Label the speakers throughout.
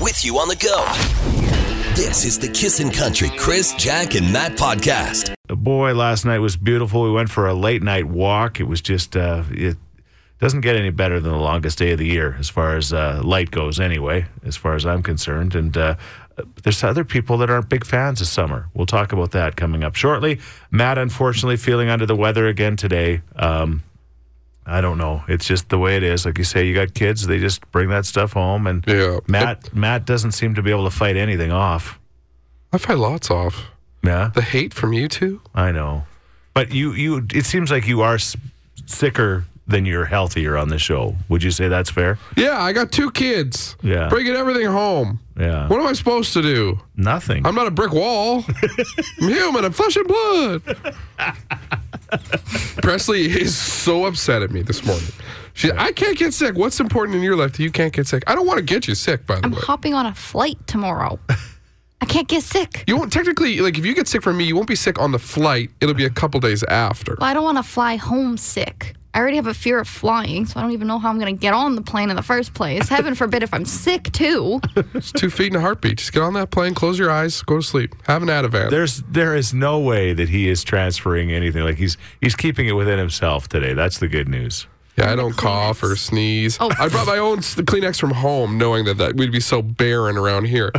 Speaker 1: with you on the go. This is the Kissin' Country Chris, Jack, and Matt podcast.
Speaker 2: Boy, last night was beautiful. We went for a late night walk. It was just, uh, it doesn't get any better than the longest day of the year as far as uh, light goes, anyway, as far as I'm concerned. And uh, there's other people that aren't big fans of summer. We'll talk about that coming up shortly. Matt, unfortunately, feeling under the weather again today. Um, I don't know. It's just the way it is. Like you say, you got kids; they just bring that stuff home. And
Speaker 3: Yeah.
Speaker 2: Matt, Matt doesn't seem to be able to fight anything off.
Speaker 3: I've had lots off.
Speaker 2: Yeah,
Speaker 3: The hate from you two?
Speaker 2: I know. But you, you, it seems like you are s- sicker than you're healthier on the show. Would you say that's fair?
Speaker 3: Yeah, I got two kids.
Speaker 2: Yeah.
Speaker 3: Bringing everything home.
Speaker 2: Yeah.
Speaker 3: What am I supposed to do?
Speaker 2: Nothing.
Speaker 3: I'm not a brick wall. I'm human. I'm flesh and blood. Presley is so upset at me this morning. She, I can't get sick. What's important in your life that you can't get sick? I don't want to get you sick, by the
Speaker 4: I'm
Speaker 3: way.
Speaker 4: hopping on a flight tomorrow. I can't get sick.
Speaker 3: You won't technically like if you get sick from me, you won't be sick on the flight. It'll be a couple days after.
Speaker 4: Well, I don't want to fly home sick. I already have a fear of flying, so I don't even know how I'm going to get on the plane in the first place. Heaven forbid if I'm sick too.
Speaker 3: It's two feet and a heartbeat. Just get on that plane, close your eyes, go to sleep. Have an Ativan.
Speaker 2: There's there is no way that he is transferring anything. Like he's he's keeping it within himself today. That's the good news.
Speaker 3: Yeah, I don't cough or sneeze.
Speaker 4: Oh.
Speaker 3: I brought my own s- Kleenex from home, knowing that, that we'd be so barren around here.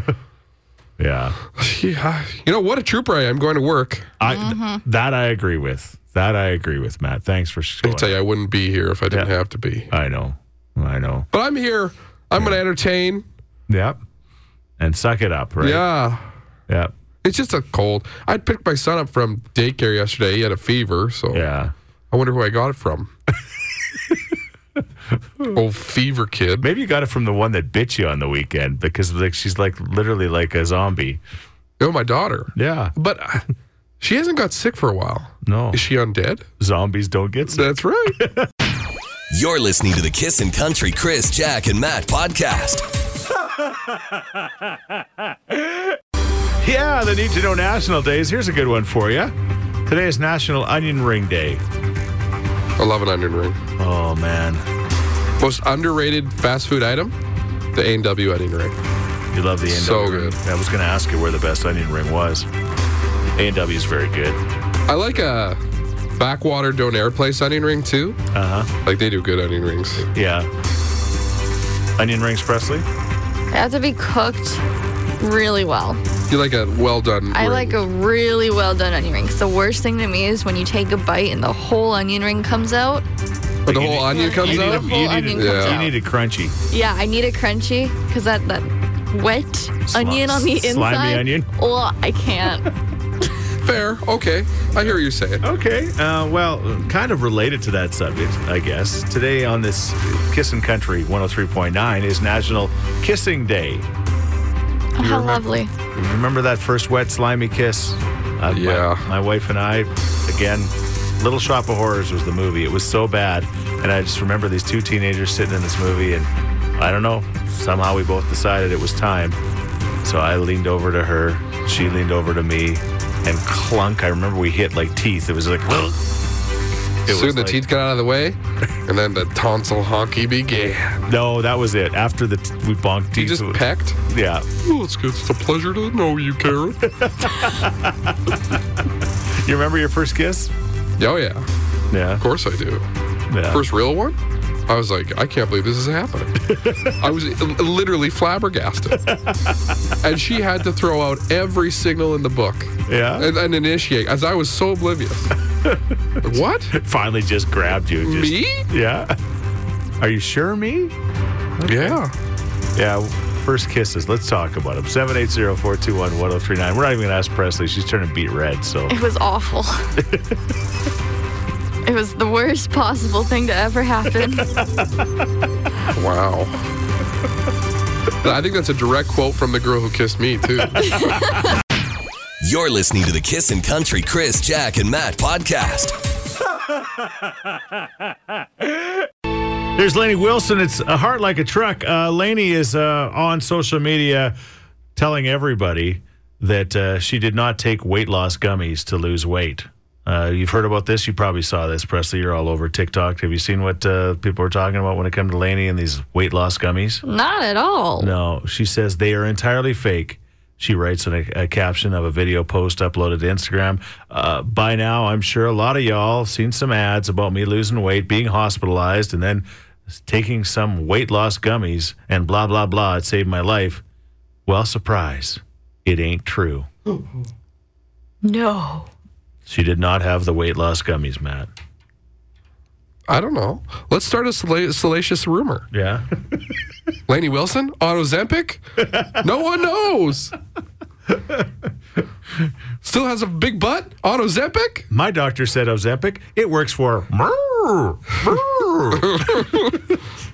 Speaker 2: Yeah.
Speaker 3: yeah, you know what a trooper I am. Going to work.
Speaker 2: I th- that I agree with. That I agree with, Matt. Thanks for
Speaker 3: I
Speaker 2: showing.
Speaker 3: can tell you, I wouldn't be here if I didn't
Speaker 2: Yeah.
Speaker 3: have to be.
Speaker 2: I know. I know.
Speaker 3: But I'm here. I'm going to entertain.
Speaker 2: Yep. And suck it up, right?
Speaker 3: Yeah,
Speaker 2: Yep.
Speaker 3: it's just a cold. I picked my son up from daycare yesterday. He had a fever, so
Speaker 2: Yeah.
Speaker 3: I wonder who I got it from. Old fever kid.
Speaker 2: Maybe you got it from the one that bit you on the weekend because like she's like literally like a zombie.
Speaker 3: Oh, my daughter.
Speaker 2: Yeah.
Speaker 3: But uh, she hasn't got sick for a while.
Speaker 2: No.
Speaker 3: Is she undead?
Speaker 2: Zombies don't get sick.
Speaker 3: That's right.
Speaker 1: You're listening to the Kissin' Country Chris, Jack, and Matt podcast.
Speaker 2: Yeah, the Need to Know National Days. Here's a good one for you. Today is National Onion Ring Day.
Speaker 3: I love an onion ring.
Speaker 2: Oh man,
Speaker 3: Most underrated fast food item? The A&W onion ring.
Speaker 2: you love the A&W.
Speaker 3: So
Speaker 2: ring.
Speaker 3: good.
Speaker 2: I was going to ask you where the best onion ring was. A and W is very good.
Speaker 3: I like a backwater donair place onion ring too.
Speaker 2: Uh huh.
Speaker 3: Like they do good onion rings.
Speaker 2: Yeah. Onion rings, Presley.
Speaker 4: They have to be cooked really well.
Speaker 3: You like a well done.
Speaker 4: I
Speaker 3: ring.
Speaker 4: like a really well done onion ring. 'cause The worst thing to me is when you take a bite and the whole onion ring comes out.
Speaker 3: But the
Speaker 2: you
Speaker 3: whole
Speaker 2: need-
Speaker 3: onion
Speaker 4: Yeah,
Speaker 3: comes
Speaker 2: You
Speaker 4: need
Speaker 3: out.
Speaker 2: need,
Speaker 4: The
Speaker 2: a,
Speaker 4: whole
Speaker 2: you, need
Speaker 4: onion
Speaker 2: a-
Speaker 3: comes
Speaker 2: you
Speaker 3: out.
Speaker 2: need a crunchy.
Speaker 4: Yeah, I need it crunchy because that that wet onion on the inside.
Speaker 2: slimy onion?
Speaker 4: Oh, I can't.
Speaker 3: Fair. Okay. I hear what you're saying.
Speaker 2: Okay. Uh, well, kind of related to that subject, I guess. Today on this Kissin' Country 103.9 is National Kissing Day.
Speaker 4: Oh, how lovely.
Speaker 2: Remember that first wet, slimy kiss? Uh, my-
Speaker 3: Yeah.
Speaker 2: My, wife and I, again, Little Shop of Horrors was the movie. It was so bad. And I just remember these two teenagers sitting in this movie, and I don't know, somehow we both decided it was time. So I leaned over to her, she leaned over to me, and clunk. I remember we hit like teeth. It was like, It
Speaker 3: Soon
Speaker 2: was
Speaker 3: the
Speaker 2: like-
Speaker 3: teeth got out of the way, and then the tonsil honky began.
Speaker 2: No, that was it. After the t- we bonked
Speaker 3: You
Speaker 2: teeth.
Speaker 3: just pecked.
Speaker 2: yeah.
Speaker 3: Oh, it's good. It's a pleasure to know you, Karen.
Speaker 2: You remember your first kiss?
Speaker 3: oh yeah, of
Speaker 2: Yeah.
Speaker 3: course I do.
Speaker 2: yeah.
Speaker 3: First real one. I was like, I can't believe this is happening. I was l- literally flabbergasted. and she had to throw out every signal in the book
Speaker 2: Yeah.
Speaker 3: and, and initiate, as I was so oblivious. Like, what?
Speaker 2: Finally, just grabbed you. Just,
Speaker 3: Me?
Speaker 2: Yeah. Are you sure me?
Speaker 3: Yeah.
Speaker 2: Yeah. First kisses. Letlet's talk about them. 780-421-1039. We're not even going to ask Presley. She's turning beat red. So
Speaker 4: It was awful. it was the worst possible thing to ever happen.
Speaker 3: Wow. I think that's a direct quote from the girl who kissed me, too.
Speaker 1: You're listening to the Kissin' Country Chris, Jack, and Matt podcast.
Speaker 2: there's Laney Wilson. It's a heart like a truck. Uh, Laney is uh, on social media telling everybody that uh, she did not take weight loss gummies to lose weight. Uh, you've heard about this. You probably saw this, Presley. You're all over TikTok. Have you seen what uh, people are talking about when it comes to Laney and these weight loss gummies?
Speaker 4: Not at all.
Speaker 2: No, she says they are entirely fake. She writes in a, a caption of a video post uploaded to Instagram. Uh, by now, I'm sure a lot of y'all have seen some ads about me losing weight, being hospitalized, and then taking some weight loss gummies and blah, blah, blah. It saved my life. Well, surprise, it ain't true.
Speaker 4: No.
Speaker 2: She did not have the weight loss gummies, Matt.
Speaker 3: I don't know. Let's start a sala- salacious rumor.
Speaker 2: Yeah.
Speaker 3: Laney Wilson on Ozempic? no one knows. Still has a big butt on Ozempic?
Speaker 2: My doctor said Ozempic, it works for. Brr, brr.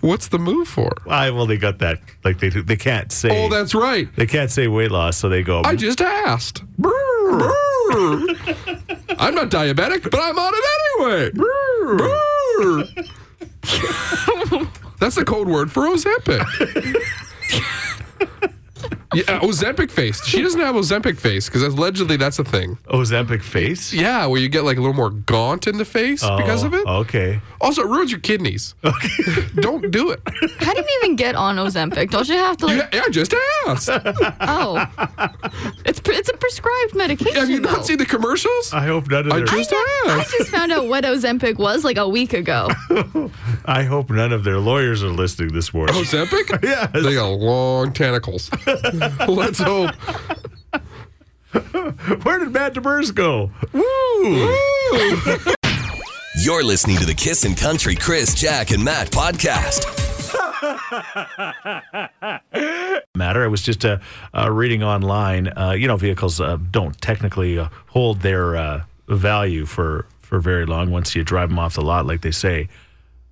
Speaker 3: What's the move for?
Speaker 2: I well, they got that. Like they they can't say.
Speaker 3: Oh, that's right.
Speaker 2: They can't say weight loss, so they go.
Speaker 3: I just asked.
Speaker 2: "Brr, brr."
Speaker 3: I'm not diabetic, but I'm on it anyway. Brr. That's the code word for Ozempic. yeah, Ozempic face. She doesn't have Ozempic face because allegedly that's a thing.
Speaker 2: Ozempic face.
Speaker 3: Yeah, where you get like a little more gaunt in the face because
Speaker 2: Oh,
Speaker 3: of it.
Speaker 2: Okay.
Speaker 3: Also, it ruins your kidneys. Don't do it.
Speaker 4: How do you even get on Ozempic? Don't you have to like?
Speaker 3: Yeah, I just asked.
Speaker 4: Oh, it's pre- it's a prescribed medication.
Speaker 3: Have you
Speaker 4: though.
Speaker 3: not seen the commercials?
Speaker 2: I hope none of
Speaker 3: I
Speaker 2: their.
Speaker 3: just
Speaker 4: I
Speaker 3: asked.
Speaker 4: just found out what Ozempic was like a week ago.
Speaker 2: I hope none of their lawyers are listening this morning.
Speaker 3: Ozempic?
Speaker 2: Yes.
Speaker 3: They got long tentacles. Let's hope.
Speaker 2: Where did Matt DeBurs go? Woo!
Speaker 1: You're listening to the Kissin' Country Chris, Jack, and Matt podcast.
Speaker 2: Matter. I was just uh, uh, reading online. Uh, you know, vehicles uh, don't technically uh, hold their uh, value for for very long once you drive them off the lot, like they say.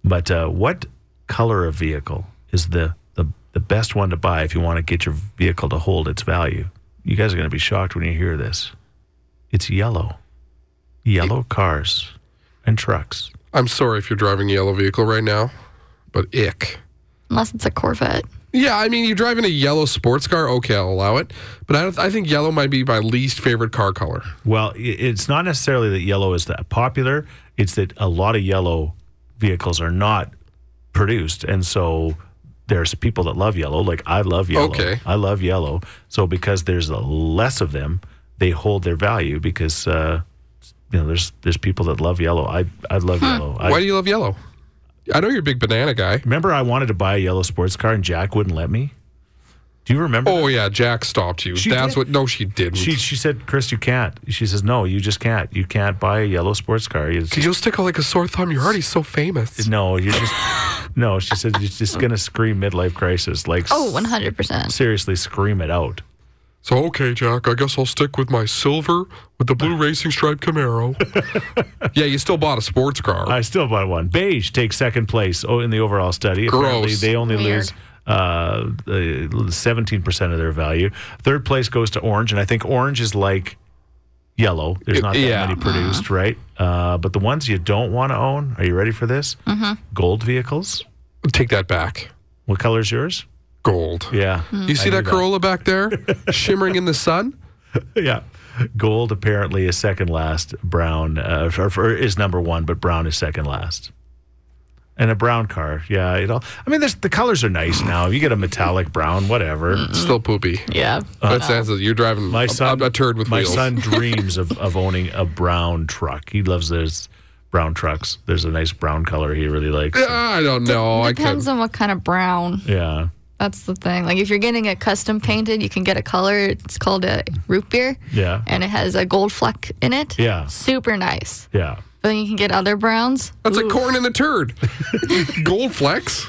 Speaker 2: But uh, what color of vehicle is the, the the best one to buy if you want to get your vehicle to hold its value? You guys are going to be shocked when you hear this. It's yellow. Yellow cars and trucks.
Speaker 3: I'm sorry if you're driving a yellow vehicle right now, but ick.
Speaker 4: Unless it's a Corvette.
Speaker 3: Yeah, I mean, you're driving a yellow sports car. Okay, I'll allow it. But I, don't, I think yellow might be my least favorite car color.
Speaker 2: Well, i- it's not necessarily that yellow is that popular. It's that a lot of yellow vehicles are not produced, and so there's people that love yellow. Like I love yellow.
Speaker 3: Okay.
Speaker 2: I love yellow. So because there's less of them, they hold their value because uh, you know there's there's people that love yellow. I I love yellow. I,
Speaker 3: Hmm. Why do you love yellow? I know you're a big banana guy.
Speaker 2: remember I wanted to buy a yellow sports car and Jack wouldn't let me. Do you remember?
Speaker 3: Oh, yeah, Jack stopped you.
Speaker 2: She
Speaker 3: That's
Speaker 2: did.
Speaker 3: what. No, she didn't.
Speaker 2: She she said, Chris, you can't. She says, No, you just can't. You can't buy a yellow sports car. It's-
Speaker 3: You'll stick out like a sore thumb. You're already so famous.
Speaker 2: No, you're just. no, she said you're just gonna scream midlife crisis. Like,
Speaker 4: Oh, 100 percent.
Speaker 2: seriously, scream it out.
Speaker 3: So, okay, Jack, I guess I'll stick with my silver with the blue racing stripe Camaro. yeah, you still bought a sports car.
Speaker 2: I still bought one. Beige takes second place oh, in the overall study. Apparently,
Speaker 3: Gross.
Speaker 2: they only
Speaker 4: Weird.
Speaker 2: lose uh, seventeen percent of their value. Third place goes to orange, and I think orange is like yellow. There's not that
Speaker 3: Yeah.
Speaker 2: many produced,
Speaker 4: Uh-huh.
Speaker 2: right? Uh, but the ones you don't want to own. Are you ready for this?
Speaker 4: Mm-hmm.
Speaker 2: Gold vehicles.
Speaker 3: Take that back.
Speaker 2: What color's yours?
Speaker 3: Gold.
Speaker 4: Hmm.
Speaker 2: Yeah.
Speaker 3: You see
Speaker 2: I knew
Speaker 3: that Corolla back there shimmering in the sun?
Speaker 2: yeah. Gold apparently is second last. Brown uh, or, or is number one, but brown is second last. And a brown car, yeah. It all. I mean, there's, the colors are nice now. You get a metallic brown, whatever.
Speaker 3: Still poopy.
Speaker 4: Yeah.
Speaker 3: That's, that's you're driving
Speaker 2: Uh, My
Speaker 3: a-
Speaker 2: son,
Speaker 3: a, turd with
Speaker 2: my
Speaker 3: wheels.
Speaker 2: son dreams of, of owning a brown truck. He loves those brown trucks. There's a nice brown color he really likes.
Speaker 3: Yeah, Ah, I don't know. I
Speaker 4: Depends
Speaker 3: could.
Speaker 4: on what kind of brown.
Speaker 2: yeah.
Speaker 4: That's the thing. Like if you're getting it custom painted, you can get a color. It's called a root beer.
Speaker 2: Yeah.
Speaker 4: And it has a gold fleck in it.
Speaker 2: Yeah.
Speaker 4: Super nice.
Speaker 2: Yeah.
Speaker 4: But then you can get other browns.
Speaker 3: That's like corn in the turd. Gold flex.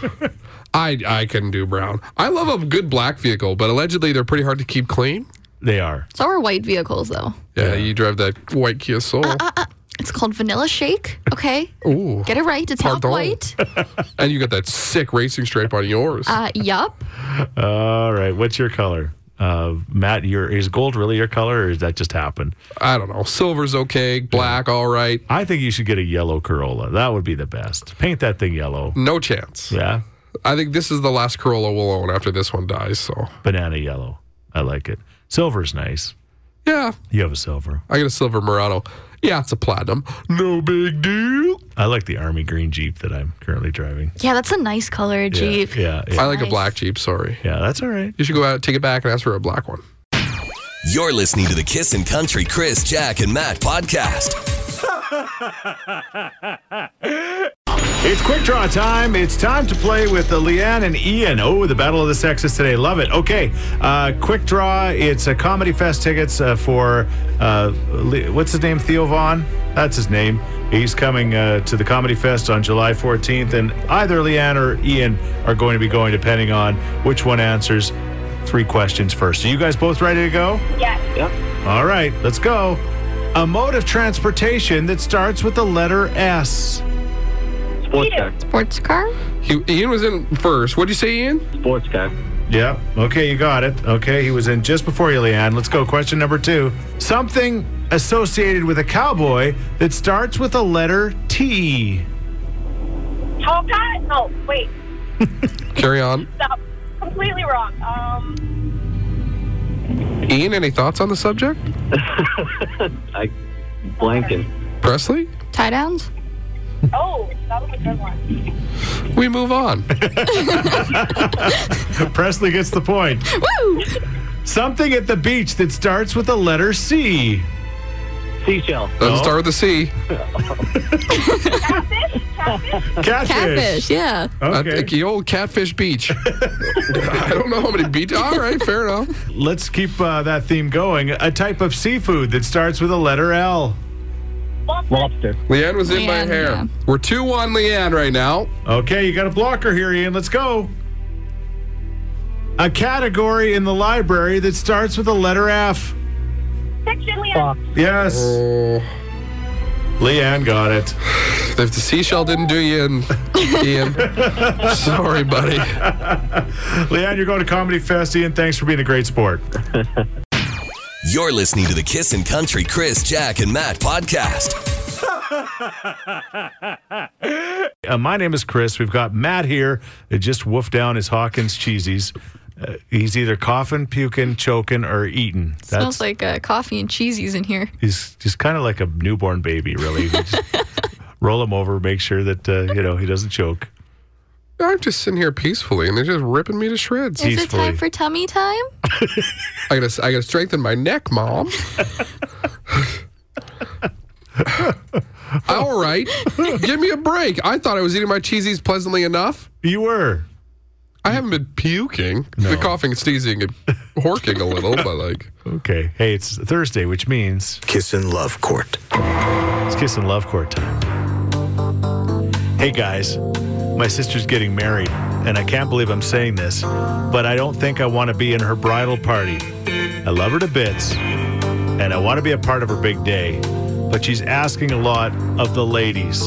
Speaker 3: I I couldn't do brown. I love a good black vehicle, but allegedly they're pretty hard to keep clean.
Speaker 2: They are.
Speaker 4: So are white vehicles though.
Speaker 3: Yeah, you drive that white Kia Soul.
Speaker 4: It's called Vanilla Shake. Okay.
Speaker 3: Ooh.
Speaker 4: Get it right. It's
Speaker 3: Pardon.
Speaker 4: not white.
Speaker 3: And you got that sick racing stripe on yours.
Speaker 4: Uh, yup.
Speaker 2: All right. What's your color, uh, Matt? Your is gold really your color, or is that just happened?
Speaker 3: I don't know. Silver's okay. Black, all right.
Speaker 2: I think you should get a yellow Corolla. That would be the best. Paint that thing yellow.
Speaker 3: No chance.
Speaker 2: Yeah.
Speaker 3: I think this is the last Corolla we'll own after this one dies. So
Speaker 2: Banana yellow. I like it. Silver's nice.
Speaker 3: yeah,
Speaker 2: You have a silver.
Speaker 3: I got a silver Murano. Yeah, it's a platinum. No big deal.
Speaker 2: I like the army green Jeep that I'm currently driving.
Speaker 4: Yeah, that's a nice color, Jeep.
Speaker 2: Yeah, yeah,
Speaker 3: I like a
Speaker 4: Nice.
Speaker 3: black Jeep, sorry.
Speaker 2: yeah. That's all right.
Speaker 3: You should go out, take it back, and ask for a black one.
Speaker 1: You're listening to the Kissin' Country Chris, Jack, and Matt podcast.
Speaker 2: It's quick draw time. It's time to play with the Leanne and Ian. Oh, the battle of the sexes today. Love it. Okay, uh, quick draw. It's a comedy fest tickets uh, for uh, Le- what's his name? Theo Vaughn. That's his name. He's coming uh, to the comedy fest on July 14th, and either Leanne or Ian are going to be going, depending on which one answers three questions first. Are you guys both ready to go? All right, let's go. A mode of transportation that starts with the letter S.
Speaker 5: Sports car.
Speaker 4: Sports car?
Speaker 3: He, Ian was in first. What'd you say, Ian?
Speaker 5: Sports car.
Speaker 2: Yeah. Okay, you got it. Okay, he was in just before you, Leanne. Let's go. Question number two. Something associated with a cowboy that starts with a letter T.
Speaker 6: Tall cat? No, wait.
Speaker 3: Carry on.
Speaker 6: Stop. Completely wrong. Um,
Speaker 3: Ian, any thoughts on the subject?
Speaker 5: I blanking.
Speaker 3: Presley?
Speaker 4: Tie downs?
Speaker 6: oh, that was a good one.
Speaker 3: We move on.
Speaker 2: Presley gets the point.
Speaker 4: Woo!
Speaker 2: Something at the beach that starts with a letter C.
Speaker 5: Seashell.
Speaker 3: Doesn't start with a C.
Speaker 6: Catfish? Catfish?
Speaker 2: Catfish.
Speaker 4: Catfish, yeah.
Speaker 3: At
Speaker 2: Okay.
Speaker 3: the old Catfish Beach. I don't know how many beaches. All right, fair enough.
Speaker 2: Let's keep uh, that theme going. A type of seafood that starts with a letter L.
Speaker 5: Lobster.
Speaker 3: Leanne was in by
Speaker 4: Leanne,
Speaker 3: hair.
Speaker 4: yeah.
Speaker 3: We're 2 1 Leanne right now.
Speaker 2: Okay, you got a blocker here, Ian. Let's go. A category in the library that starts with a letter F.
Speaker 6: Fiction,
Speaker 5: Fox.
Speaker 6: Leanne?
Speaker 2: Yes.
Speaker 3: Oh,
Speaker 2: Leanne got it.
Speaker 3: if the seashell didn't do you in, Ian, sorry, buddy.
Speaker 2: Leanne, you're going to Comedy Fest. Ian, thanks for being a great sport.
Speaker 1: You're listening to the Kissin' Country Chris, Jack, and Matt podcast.
Speaker 2: Uh, my name is Chris. We've got Matt here that just woofed down his Hawkins cheesies. Uh, he's either coughing, puking, choking, or eating. That's,
Speaker 4: Smells like uh, coffee and cheesies in here.
Speaker 2: he's just kind of like a newborn baby, really. We just roll him over, make sure that uh, you know he doesn't choke.
Speaker 3: I'm just sitting here peacefully, and they're just ripping me to shreds.
Speaker 4: Is it
Speaker 2: Peacefully.
Speaker 4: time for tummy time?
Speaker 3: I gotta, I gotta strengthen my neck, mom. All right, give me a break. I thought I was eating my cheesies pleasantly enough.
Speaker 2: You were.
Speaker 3: I haven't been puking. The coughing, sneezing, and horking a little, but like,
Speaker 2: Okay. Hey, it's Thursday, which means
Speaker 7: Kissin' Love Court.
Speaker 2: It's Kiss and Love Court time. Hey guys, my sister's getting married, and I can't believe I'm saying this, but I don't think I want to be in her bridal party. I love her to bits, and I want to be a part of her big day, but she's asking a lot of the ladies.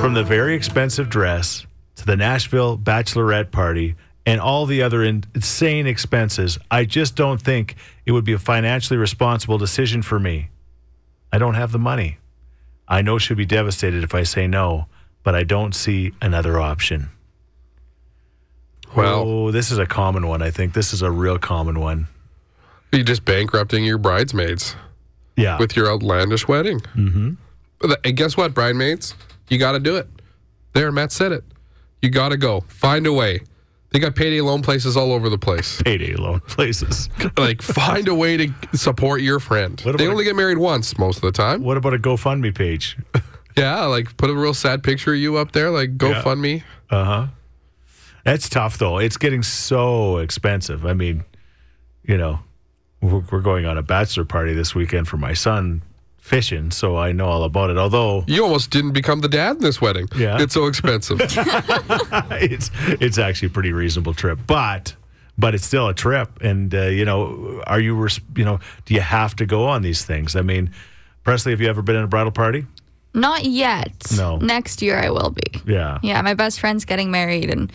Speaker 2: From the very expensive dress to the Nashville bachelorette party and all the other in- insane expenses, I just don't think it would be a financially responsible decision for me. I don't have the money. I know she'll be devastated if I say no, but I don't see another option.
Speaker 3: well,
Speaker 2: oh, this is a common one. I think this is a real common one.
Speaker 3: you're just bankrupting your bridesmaids
Speaker 2: Yeah.
Speaker 3: with your outlandish wedding. Mm-hmm. And guess what, bridesmaids? You got to do it. There, Matt said it. You got to go. Find a way. They got payday loan places all over the place.
Speaker 2: payday loan places.
Speaker 3: like find a way to support your friend.
Speaker 2: What
Speaker 3: They
Speaker 2: about
Speaker 3: only get married once most of the time.
Speaker 2: what about a GoFundMe page?
Speaker 3: Yeah, like put a real sad picture of you up there, like GoFundMe.
Speaker 2: Uh huh. That's tough though. It's getting so expensive. I mean, you know, we're we're going on a bachelor party this weekend for my son fishing, so I know all about it. Although
Speaker 3: You almost didn't become the dad in this wedding.
Speaker 2: Yeah.
Speaker 3: It's so expensive.
Speaker 2: it's it's actually a pretty reasonable trip, but but it's still a trip. And uh, you know, are you res- you know do you have to go on these things? I mean, Presley, have you ever been in a bridal party?
Speaker 4: Not yet.
Speaker 2: No.
Speaker 4: Next year I will be.
Speaker 2: Yeah,
Speaker 4: Yeah, my best friend's getting married and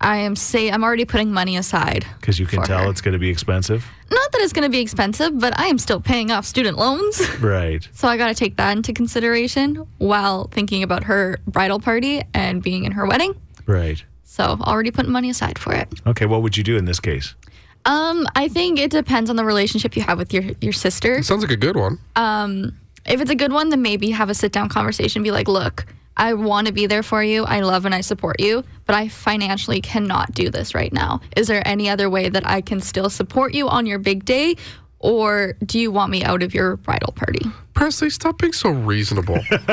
Speaker 4: I am say I'm already putting money aside.
Speaker 2: because you can
Speaker 4: For
Speaker 2: tell
Speaker 4: her.
Speaker 2: it's going to be expensive,
Speaker 4: Not that it's going to be expensive, but I am still paying off student loans.
Speaker 2: right?
Speaker 4: So I got to take that into consideration while thinking about her bridal party and being in her wedding.
Speaker 2: Right.
Speaker 4: So already putting money aside for it.
Speaker 2: Okay, what would you do in this case?
Speaker 4: Um, I think it depends on the relationship you have with your your sister.
Speaker 3: Sounds like a good one.
Speaker 4: if it's a good one, then maybe have a sit down conversation. Be like, look, I want to be there for you. I love and I support you, but I financially cannot do this right now. Is there any other way that I can still support you on your big day? Or do you want me out of your bridal party?
Speaker 3: Presley, stop being so reasonable.
Speaker 4: No.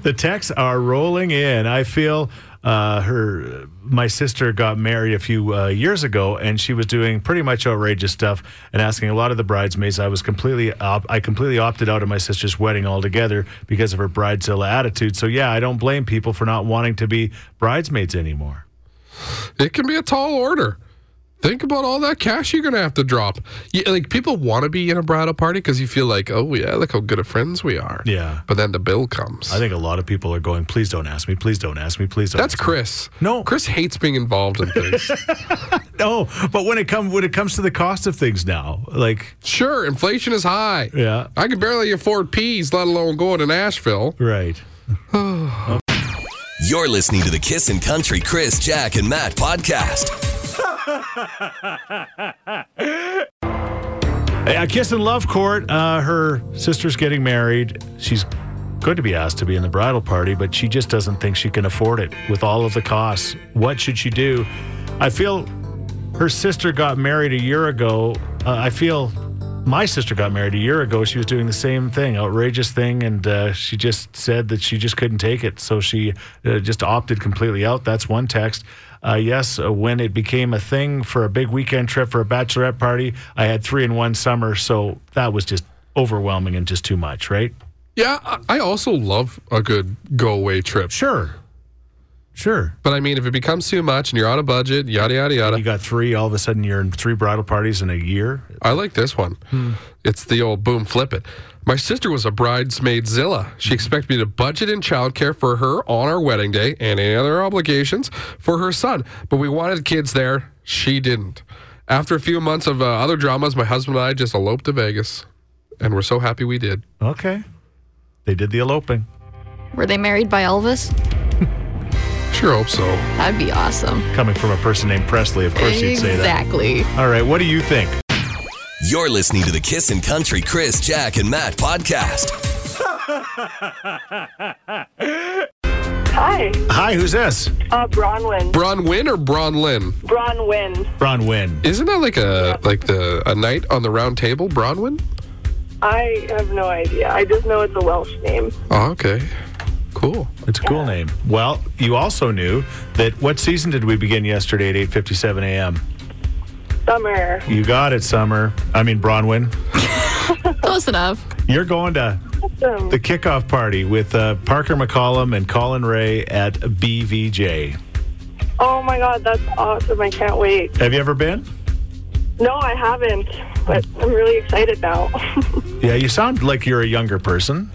Speaker 2: the texts are rolling in. I feel uh, her. My sister got married a few uh, years ago, and she was doing pretty much outrageous stuff and asking a lot of the bridesmaids. I was completely, op- I completely opted out of my sister's wedding altogether because of her bridezilla attitude. So yeah, I don't blame people for not wanting to be bridesmaids anymore.
Speaker 3: it can be a tall order. Think about all that cash you're gonna have to drop. Yeah, like people want to be in a bridal party because you feel like, oh yeah, look how good of friends we are.
Speaker 2: Yeah.
Speaker 3: But then the bill comes.
Speaker 2: I think a lot of people are going. Please don't ask me. Please don't ask me. Please don't.
Speaker 3: That's
Speaker 2: ask me."
Speaker 3: Chris.
Speaker 2: No.
Speaker 3: Chris hates being involved in things.
Speaker 2: No, but when it comes when it comes to the cost of things now, like
Speaker 3: sure, inflation is high.
Speaker 2: yeah,
Speaker 3: I can barely afford peas, let alone going to Nashville.
Speaker 2: right.
Speaker 1: You're listening to the Kissin' Country Chris, Jack, and Matt podcast.
Speaker 2: A kiss in love court. Uh, her sister's getting married. She's going to be asked to be in the bridal party, but she just doesn't think she can afford it with all of the costs. What should she do? I feel her sister got married a year ago. Uh, I feel my sister got married a year ago. She was doing the same thing, outrageous thing, and uh, she just said that she just couldn't take it. So she uh, just opted completely out. That's one text. Uh, yes, uh, when it became a thing for a big weekend trip for a bachelorette party, I had three in one summer. So that was just overwhelming and just too much, right?
Speaker 3: Yeah, I- I also love a good go away trip.
Speaker 2: Sure. Sure.
Speaker 3: But I mean, if it becomes too much and you're out of budget, yada, yada,
Speaker 2: You
Speaker 3: yada.
Speaker 2: got three, all of a sudden you're in three bridal parties in a year.
Speaker 3: I like this one. It's the old boom flip it. My sister was a bridesmaidzilla. She expected me to budget in childcare for her on our wedding day and any other obligations for her son. But we wanted kids there. She didn't. After a few months of uh, other dramas, my husband and I just eloped to Vegas. And we're so happy we did.
Speaker 2: Okay. They did the eloping.
Speaker 4: Were they married by Elvis?
Speaker 3: Sure hope so.
Speaker 4: That'd be awesome.
Speaker 2: Coming from a person named Presley, of course you'd say that.
Speaker 4: Exactly.
Speaker 2: All right, what do you think?
Speaker 1: You're listening to the Kissin' Country Chris, Jack, and Matt podcast.
Speaker 7: Uh, Hi,
Speaker 2: Hi, who's this?
Speaker 7: uh, Bronwyn.
Speaker 3: Bronwyn or Bronlin?
Speaker 7: Bronwyn.
Speaker 2: Bronwyn.
Speaker 3: Isn't that like a like the a knight on the round table, Bronwyn?
Speaker 7: I have no idea. I just know it's a Welsh name.
Speaker 3: Oh, okay. Cool.
Speaker 2: It's a cool name. Well, you also knew that what season did we begin yesterday at 8:57 a.m.?
Speaker 7: Summer.
Speaker 2: You got it, Summer. I mean Bronwyn.
Speaker 4: Close enough.
Speaker 2: You're going to
Speaker 7: Awesome.
Speaker 2: the kickoff party with uh, Parker McCollum and Colin Ray at BVJ.
Speaker 7: Oh my God, that's awesome. I can't wait.
Speaker 2: Have you ever been?
Speaker 7: No, I haven't, but I'm really excited now.
Speaker 2: Yeah, you sound like you're a younger person.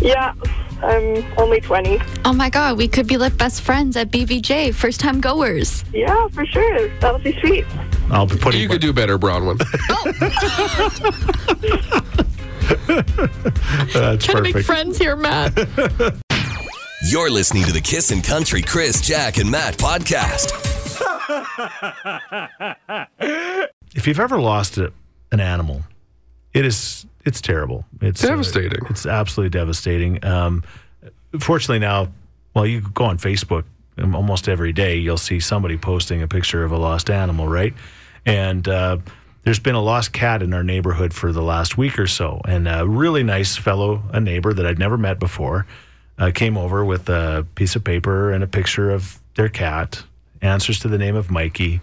Speaker 7: yeah, I'm only 20.
Speaker 4: Oh my God, we could be like best friends at BVJ, first time goers.
Speaker 7: Yeah, for sure. That'll be sweet.
Speaker 2: I'll be putting
Speaker 3: You could do better, Bronwyn.
Speaker 2: that's
Speaker 4: Trying to make
Speaker 2: perfect.
Speaker 4: friends here, Matt.
Speaker 1: You're listening to the Kissin' Country Chris, Jack, and Matt podcast.
Speaker 2: if you've ever lost a, an animal, it is it's terrible. It's uh,
Speaker 3: Devastating.
Speaker 2: it's absolutely devastating. Um, fortunately now, well, you go on Facebook um, almost every day. You'll see somebody posting a picture of a lost animal, right? And uh, there's been a lost cat in our neighborhood for the last week or so, and a really nice fellow, a neighbor that I'd never met before, uh, came over with a piece of paper and a picture of their cat. Answers to the name of Mikey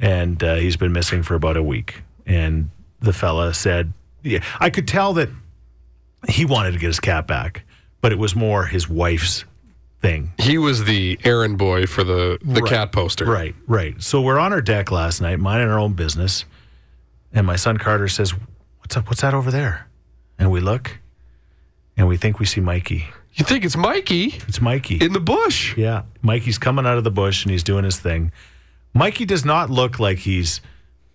Speaker 2: and uh, he's been missing for about a week. And the fella said, "Yeah, I could tell that he wanted to get his cat back, but it was more his wife's thing."
Speaker 3: he was the errand boy for the the cat poster.
Speaker 2: Right, right. So we're on our deck last night, minding our own business, and my son Carter says, "What's up? What's that over there?" And we look, and we think we see Mikey.
Speaker 3: You think it's Mikey
Speaker 2: It's Mikey.
Speaker 3: in the bush?
Speaker 2: Yeah, Mikey's coming out of the bush and he's doing his thing. Mikey does not look like he's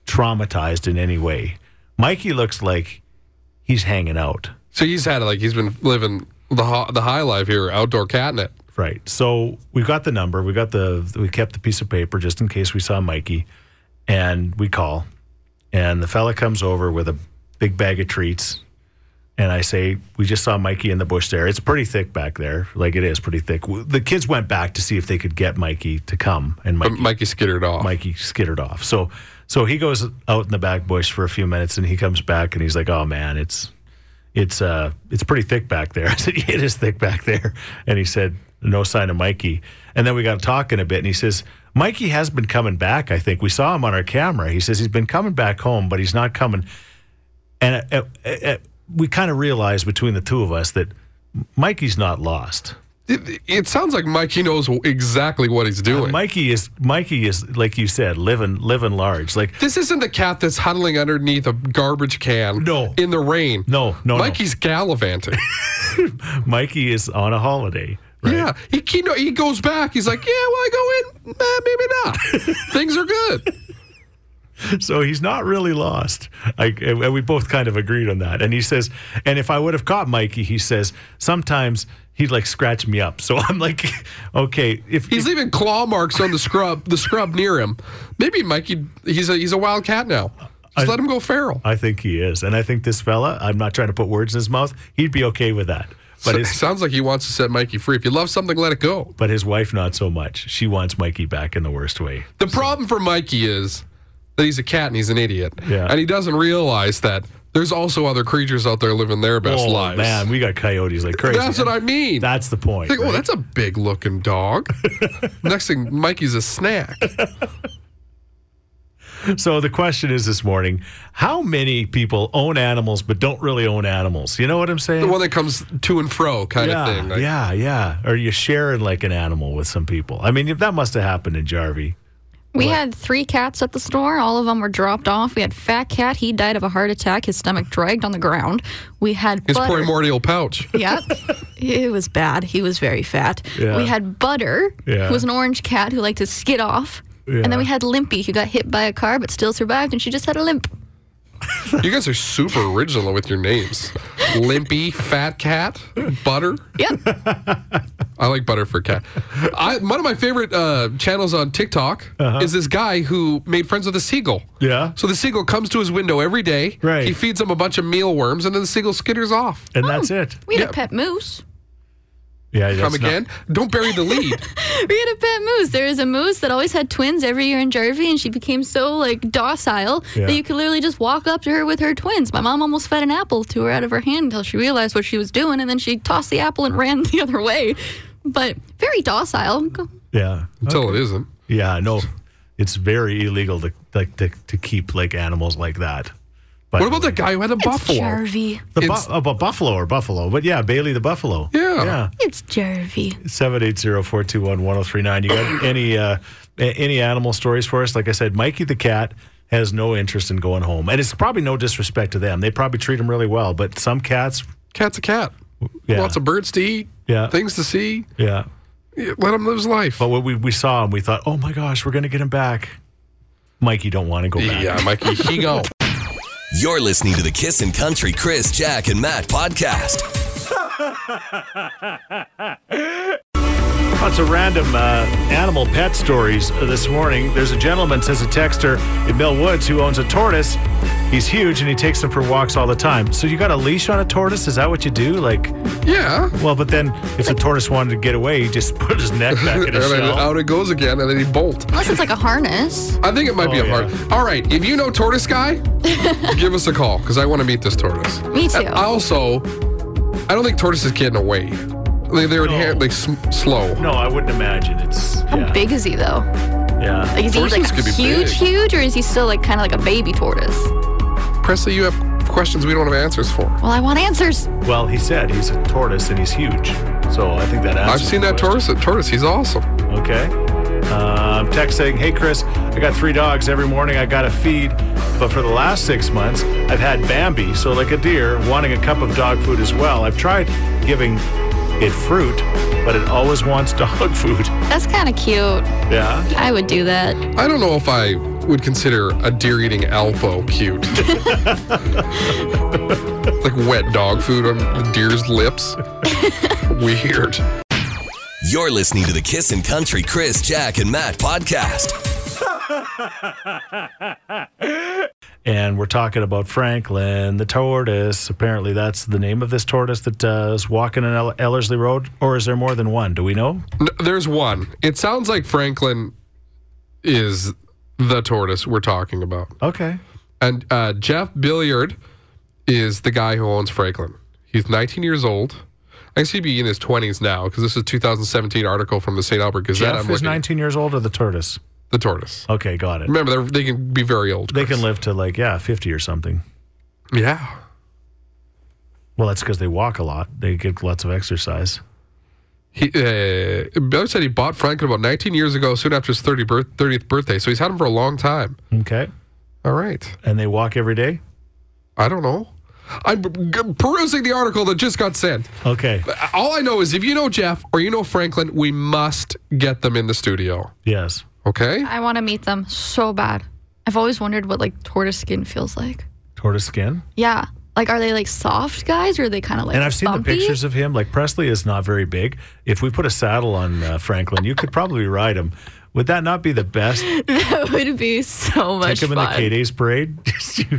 Speaker 2: traumatized in any way. Mikey looks like he's hanging out.
Speaker 3: So he's had like he's been living the ho- the high life here, outdoor catnip.
Speaker 2: Right. So we got the number. We got the we kept the piece of paper just in case we saw Mikey, and we call, and the fella comes over with a big bag of treats, and I say, "We just saw Mikey in the bush there. It's pretty thick back there. Like it is pretty thick." W- The kids went back to see if they could get Mikey to come, and
Speaker 3: But
Speaker 2: Mikey,
Speaker 3: Mikey skittered off.
Speaker 2: Mikey skittered off. So, so he goes out in the back bush for a few minutes, and he comes back, and he's like, "Oh man, it's." It's uh, it's pretty thick back there. I said, "Yeah, it is thick back there," and he said, "No sign of Mikey." And then we got talking a bit, and he says, "Mikey has been coming back. I think we saw him on our camera." He says he's been coming back home, but he's not coming and uh, uh, uh, we kind of realized between the two of us that Mikey's not lost.
Speaker 3: It, it sounds like Mikey knows exactly what he's doing.
Speaker 2: Mikey is Mikey is like you said, living living large. Like
Speaker 3: this isn't the cat that's huddling underneath a garbage can
Speaker 2: No.
Speaker 3: in the rain.
Speaker 2: No, no, no.
Speaker 3: Mikey's gallivanting.
Speaker 2: Mikey is on a holiday. Right?
Speaker 3: Yeah, he, he know- he goes back. He's like, yeah, will I go in? Nah, maybe not. Things are good.
Speaker 2: So he's not really lost. I, and and we both kind of agreed on that. And he says, and if I would have caught Mikey, he says, sometimes he'd like scratch me up. So I'm like, okay, if
Speaker 3: He's leaving claw marks on the scrub, the scrub near him. Maybe Mikey, he's a he's a wild cat now. Just
Speaker 2: I-
Speaker 3: let him go feral.
Speaker 2: I think he is. And I think this fella, I'm not trying to put words in his mouth, he'd be okay with that. But
Speaker 3: So-
Speaker 2: it's
Speaker 3: sounds like he wants to set Mikey free. If you love something, let it go.
Speaker 2: but his wife not so much. She wants Mikey back in the worst way.
Speaker 3: The problem for Mikey is that he's a cat and he's an idiot.
Speaker 2: Yeah.
Speaker 3: And he doesn't realize that there's also other creatures out there living their best
Speaker 2: oh
Speaker 3: lives.
Speaker 2: man, we got coyotes like crazy.
Speaker 3: That's what I mean.
Speaker 2: That's the point.
Speaker 3: Like, oh,
Speaker 2: right?
Speaker 3: that's a big looking dog. Next thing, Mikey's a snack.
Speaker 2: So the question is this morning: How many people own animals but don't really own animals? You know what I'm
Speaker 3: The
Speaker 2: saying?
Speaker 3: one that comes to and fro kind
Speaker 2: yeah,
Speaker 3: of thing. Like,
Speaker 2: yeah, yeah. Or you sharing like an animal with some people? I mean, that must have happened in Jarvie.
Speaker 4: We had three cats at the store. All of them were dropped off. We had Fat Cat. He died of a heart attack. His stomach dragged on the ground. We had
Speaker 3: His
Speaker 4: Butter.
Speaker 3: primordial pouch.
Speaker 4: Yep. it was bad. He was very fat.
Speaker 2: Yeah.
Speaker 4: We had Butter,
Speaker 2: Yeah.
Speaker 4: who was an orange cat who liked to skid off. And
Speaker 2: Yeah.
Speaker 4: then we had Limpy, who got hit by a car but still survived, and she just had a limp.
Speaker 3: You guys are super original with your names. Limpy, fat cat, butter.
Speaker 4: Yep.
Speaker 3: I like butter for cat. I, one of my favorite uh, channels on TikTok is this guy who made friends with a seagull.
Speaker 2: Uh-huh. Yeah.
Speaker 3: So the seagull comes to his window every day.
Speaker 2: Right.
Speaker 3: He feeds him a bunch of mealworms, and then the seagull skitters off.
Speaker 2: And that's it.
Speaker 4: We had
Speaker 3: Yeah.
Speaker 4: a pet moose.
Speaker 2: Yeah, that's
Speaker 3: Hmm. Come
Speaker 2: not-
Speaker 3: again? Don't bury the lead.
Speaker 4: We had a pet moose. There was a moose that always had twins every year in Jarvie, and she became so like docile
Speaker 2: Yeah.
Speaker 4: that you could literally just walk up to her with her twins. My mom almost fed an apple to her out of her hand until she realized what she was doing, and then she tossed the apple and ran the other way. But very docile.
Speaker 2: yeah,
Speaker 3: Until it isn't.
Speaker 2: yeah. No, it's very illegal to like to, to keep like animals like that. But
Speaker 3: What about that guy who had a
Speaker 4: It's
Speaker 3: buffalo?
Speaker 4: Jarvie.
Speaker 2: The bu-
Speaker 3: It's-
Speaker 2: uh, bu- buffalo or buffalo, but yeah, Bailey the buffalo.
Speaker 3: Yeah.
Speaker 2: yeah.
Speaker 4: It's Jarvie.
Speaker 2: Seven eight zero four two one one zero three nine. You got any uh, a- any animal stories for us? Like I said, Mikey the cat has no interest in going home, and it's probably no disrespect to them. They probably treat him really well, but some cats,
Speaker 3: Cat's a cat.
Speaker 2: yeah,
Speaker 3: Lots of birds to eat.
Speaker 2: Yeah.
Speaker 3: Things to see.
Speaker 2: yeah.
Speaker 3: Yeah, Let him live his life.
Speaker 2: But when we we saw him, we thought, oh my gosh, we're gonna get him back. Mikey don't want to go back.
Speaker 3: yeah, Mikey, he go.
Speaker 1: You're listening to the Kissin' Country Chris, Jack, and Matt podcast.
Speaker 2: Lots of random uh, animal pet stories this morning. There's a gentleman, says a texter in Mill Woods, who owns a tortoise. He's huge and he takes them for walks all the time. So you got a leash on a tortoise? Is that what you do? Like,
Speaker 3: Yeah.
Speaker 2: well, but then if the tortoise wanted to get away, he just put his neck back in
Speaker 3: And
Speaker 2: his
Speaker 3: then uh,
Speaker 2: shell.
Speaker 3: out it goes again, and then he bolt.
Speaker 4: Unless it's like a harness.
Speaker 3: I think it might be
Speaker 2: Oh,
Speaker 3: a hard.
Speaker 2: yeah.
Speaker 3: All right, if you know Tortoise Guy, give us a call because I want to meet this tortoise.
Speaker 4: Me too.
Speaker 3: And also, I don't think tortoises get in a way. They, they're inherently s- slow.
Speaker 2: No, I wouldn't imagine it's.
Speaker 4: How
Speaker 2: yeah,
Speaker 4: big is he though?
Speaker 2: Yeah.
Speaker 4: Like is he
Speaker 3: Tortoises
Speaker 4: like
Speaker 3: could be
Speaker 4: huge,
Speaker 3: big.
Speaker 4: huge, or is he still like kind of like a baby tortoise?
Speaker 3: Presley, you have questions we don't have answers for.
Speaker 4: Well, I want answers.
Speaker 2: Well, he said he's a tortoise and he's huge. So I think that answers
Speaker 3: I've seen
Speaker 2: the
Speaker 3: that
Speaker 2: question.
Speaker 3: tortoise. Tortoise, he's awesome.
Speaker 2: Okay. Um, text saying, "Hey Chris, I got three dogs. Every morning I got to feed, but for the last six months I've had Bambi, so like a deer, wanting a cup of dog food as well. I've tried giving it fruit, but it always wants dog food.
Speaker 4: That's kind of cute.
Speaker 2: Yeah,
Speaker 4: I would do that.
Speaker 3: I don't know if I would consider a deer eating alpo cute. like wet dog food on the deer's lips. Weird.
Speaker 1: You're listening to the Kissin' Country Chris, Jack, and Matt podcast.
Speaker 2: and we're talking about Franklin the tortoise. Apparently, that's the name of this tortoise that uh, is walking on El- Ellerslie Road, or is there more than one? Do we know?
Speaker 3: N- There's one. It sounds like Franklin is the tortoise we're talking about.
Speaker 2: Okay.
Speaker 3: And uh, Jeff Billiard is the guy who owns Franklin. He's 19 years old. I guess he'd be in his 20s now because this is a 2017 article from the St. Albert Gazette.
Speaker 2: Jeff
Speaker 3: I'm
Speaker 2: is
Speaker 3: looking at.
Speaker 2: 19 years old, or the tortoise?
Speaker 3: The tortoise.
Speaker 2: Okay, got it.
Speaker 3: Remember, they're- they can be very old.
Speaker 2: They
Speaker 3: Chris.
Speaker 2: can live to like yeah, 50 or something.
Speaker 3: Yeah.
Speaker 2: Well, that's because they walk a lot. They get lots of exercise.
Speaker 3: He, uh, Billiard said he bought Franklin about 19 years ago, soon after his 30 birth, 30th birthday. So he's had him for a long time.
Speaker 2: Okay.
Speaker 3: All right.
Speaker 2: And they walk every day.
Speaker 3: I don't know. I'm g- perusing the article that just got sent.
Speaker 2: Okay.
Speaker 3: All I know is if you know Jeff or you know Franklin, we must get them in the studio.
Speaker 2: Yes.
Speaker 3: Okay?
Speaker 4: I want to meet them so bad. I've always wondered what like tortoise skin feels like.
Speaker 2: Tortoise skin.
Speaker 4: Yeah. Like, are they like soft guys or are they kind of like
Speaker 2: And I've seen
Speaker 4: bumpy?
Speaker 2: the pictures of him. Like Presley is not very big. If we put a saddle on uh, Franklin, you could probably ride him. Would that not be the best?
Speaker 4: That would be so much
Speaker 2: Take him in the
Speaker 4: fun.
Speaker 2: K Days parade, Just you-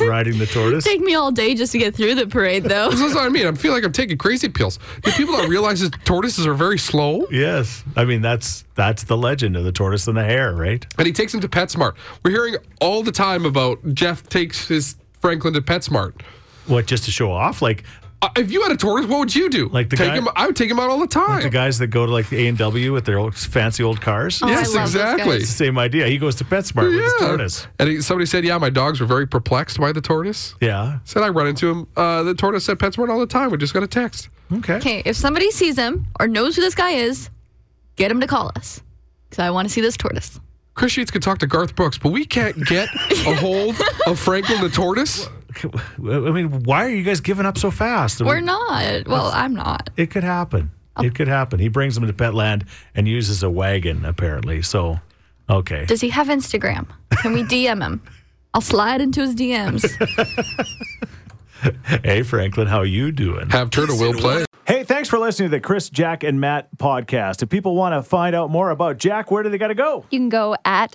Speaker 2: riding the tortoise.
Speaker 4: Take me all day just to get through the parade, though.
Speaker 3: That's what I mean. I feel like I'm taking crazy pills. Do people not realize that tortoises are very slow?
Speaker 2: Yes, I mean that's that's the legend of the tortoise and the hare, right?
Speaker 3: And he takes them to PetSmart. We're hearing all the time about Jeff takes his Franklin to PetSmart.
Speaker 2: What just to show off, like
Speaker 3: Uh, if you had a tortoise, what would you do?
Speaker 2: Like the
Speaker 3: take
Speaker 2: guy-
Speaker 3: him, I would take him out all the time.
Speaker 2: the guys that go to like the A and W with their old fancy old cars.
Speaker 4: I
Speaker 3: yes,
Speaker 4: love those
Speaker 3: exactly.
Speaker 4: guys.
Speaker 2: Same idea. He goes to PetSmart with his
Speaker 3: Yeah.
Speaker 2: tortoise.
Speaker 3: And he, somebody said, "Yeah, my dogs were very perplexed by the tortoise."
Speaker 2: Yeah.
Speaker 3: Said I run into him. Uh, the tortoise at PetSmart all the time. We just got a text.
Speaker 2: Okay.
Speaker 4: Okay, if somebody sees him or knows who this guy is, get him to call us. Because I want to see this tortoise.
Speaker 3: Chris Sheets could talk to Garth Brooks, but we can't get a hold of Franklin the tortoise.
Speaker 2: I mean, why are you guys giving up so fast?
Speaker 4: We're not. Oh. Well, I'm not.
Speaker 2: It could happen. It could happen. He brings them to Petland and uses a wagon, apparently. So, okay.
Speaker 4: Does he have Instagram? Can we DM him? I'll slide into his DMs.
Speaker 2: Hey, Franklin, how you doing?
Speaker 3: Have turtle will play.
Speaker 2: Hey, thanks for listening to the Chris, Jack, and Matt podcast. If people want to find out more about Jack, where do they got to go?
Speaker 8: You can go at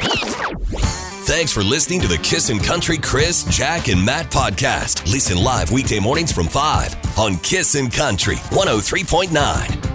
Speaker 1: Thanks for listening to the Kissin' Country Chris, Jack, and Matt oh podcast. Listen live weekday mornings from 5 on Kissin' Country 103.9.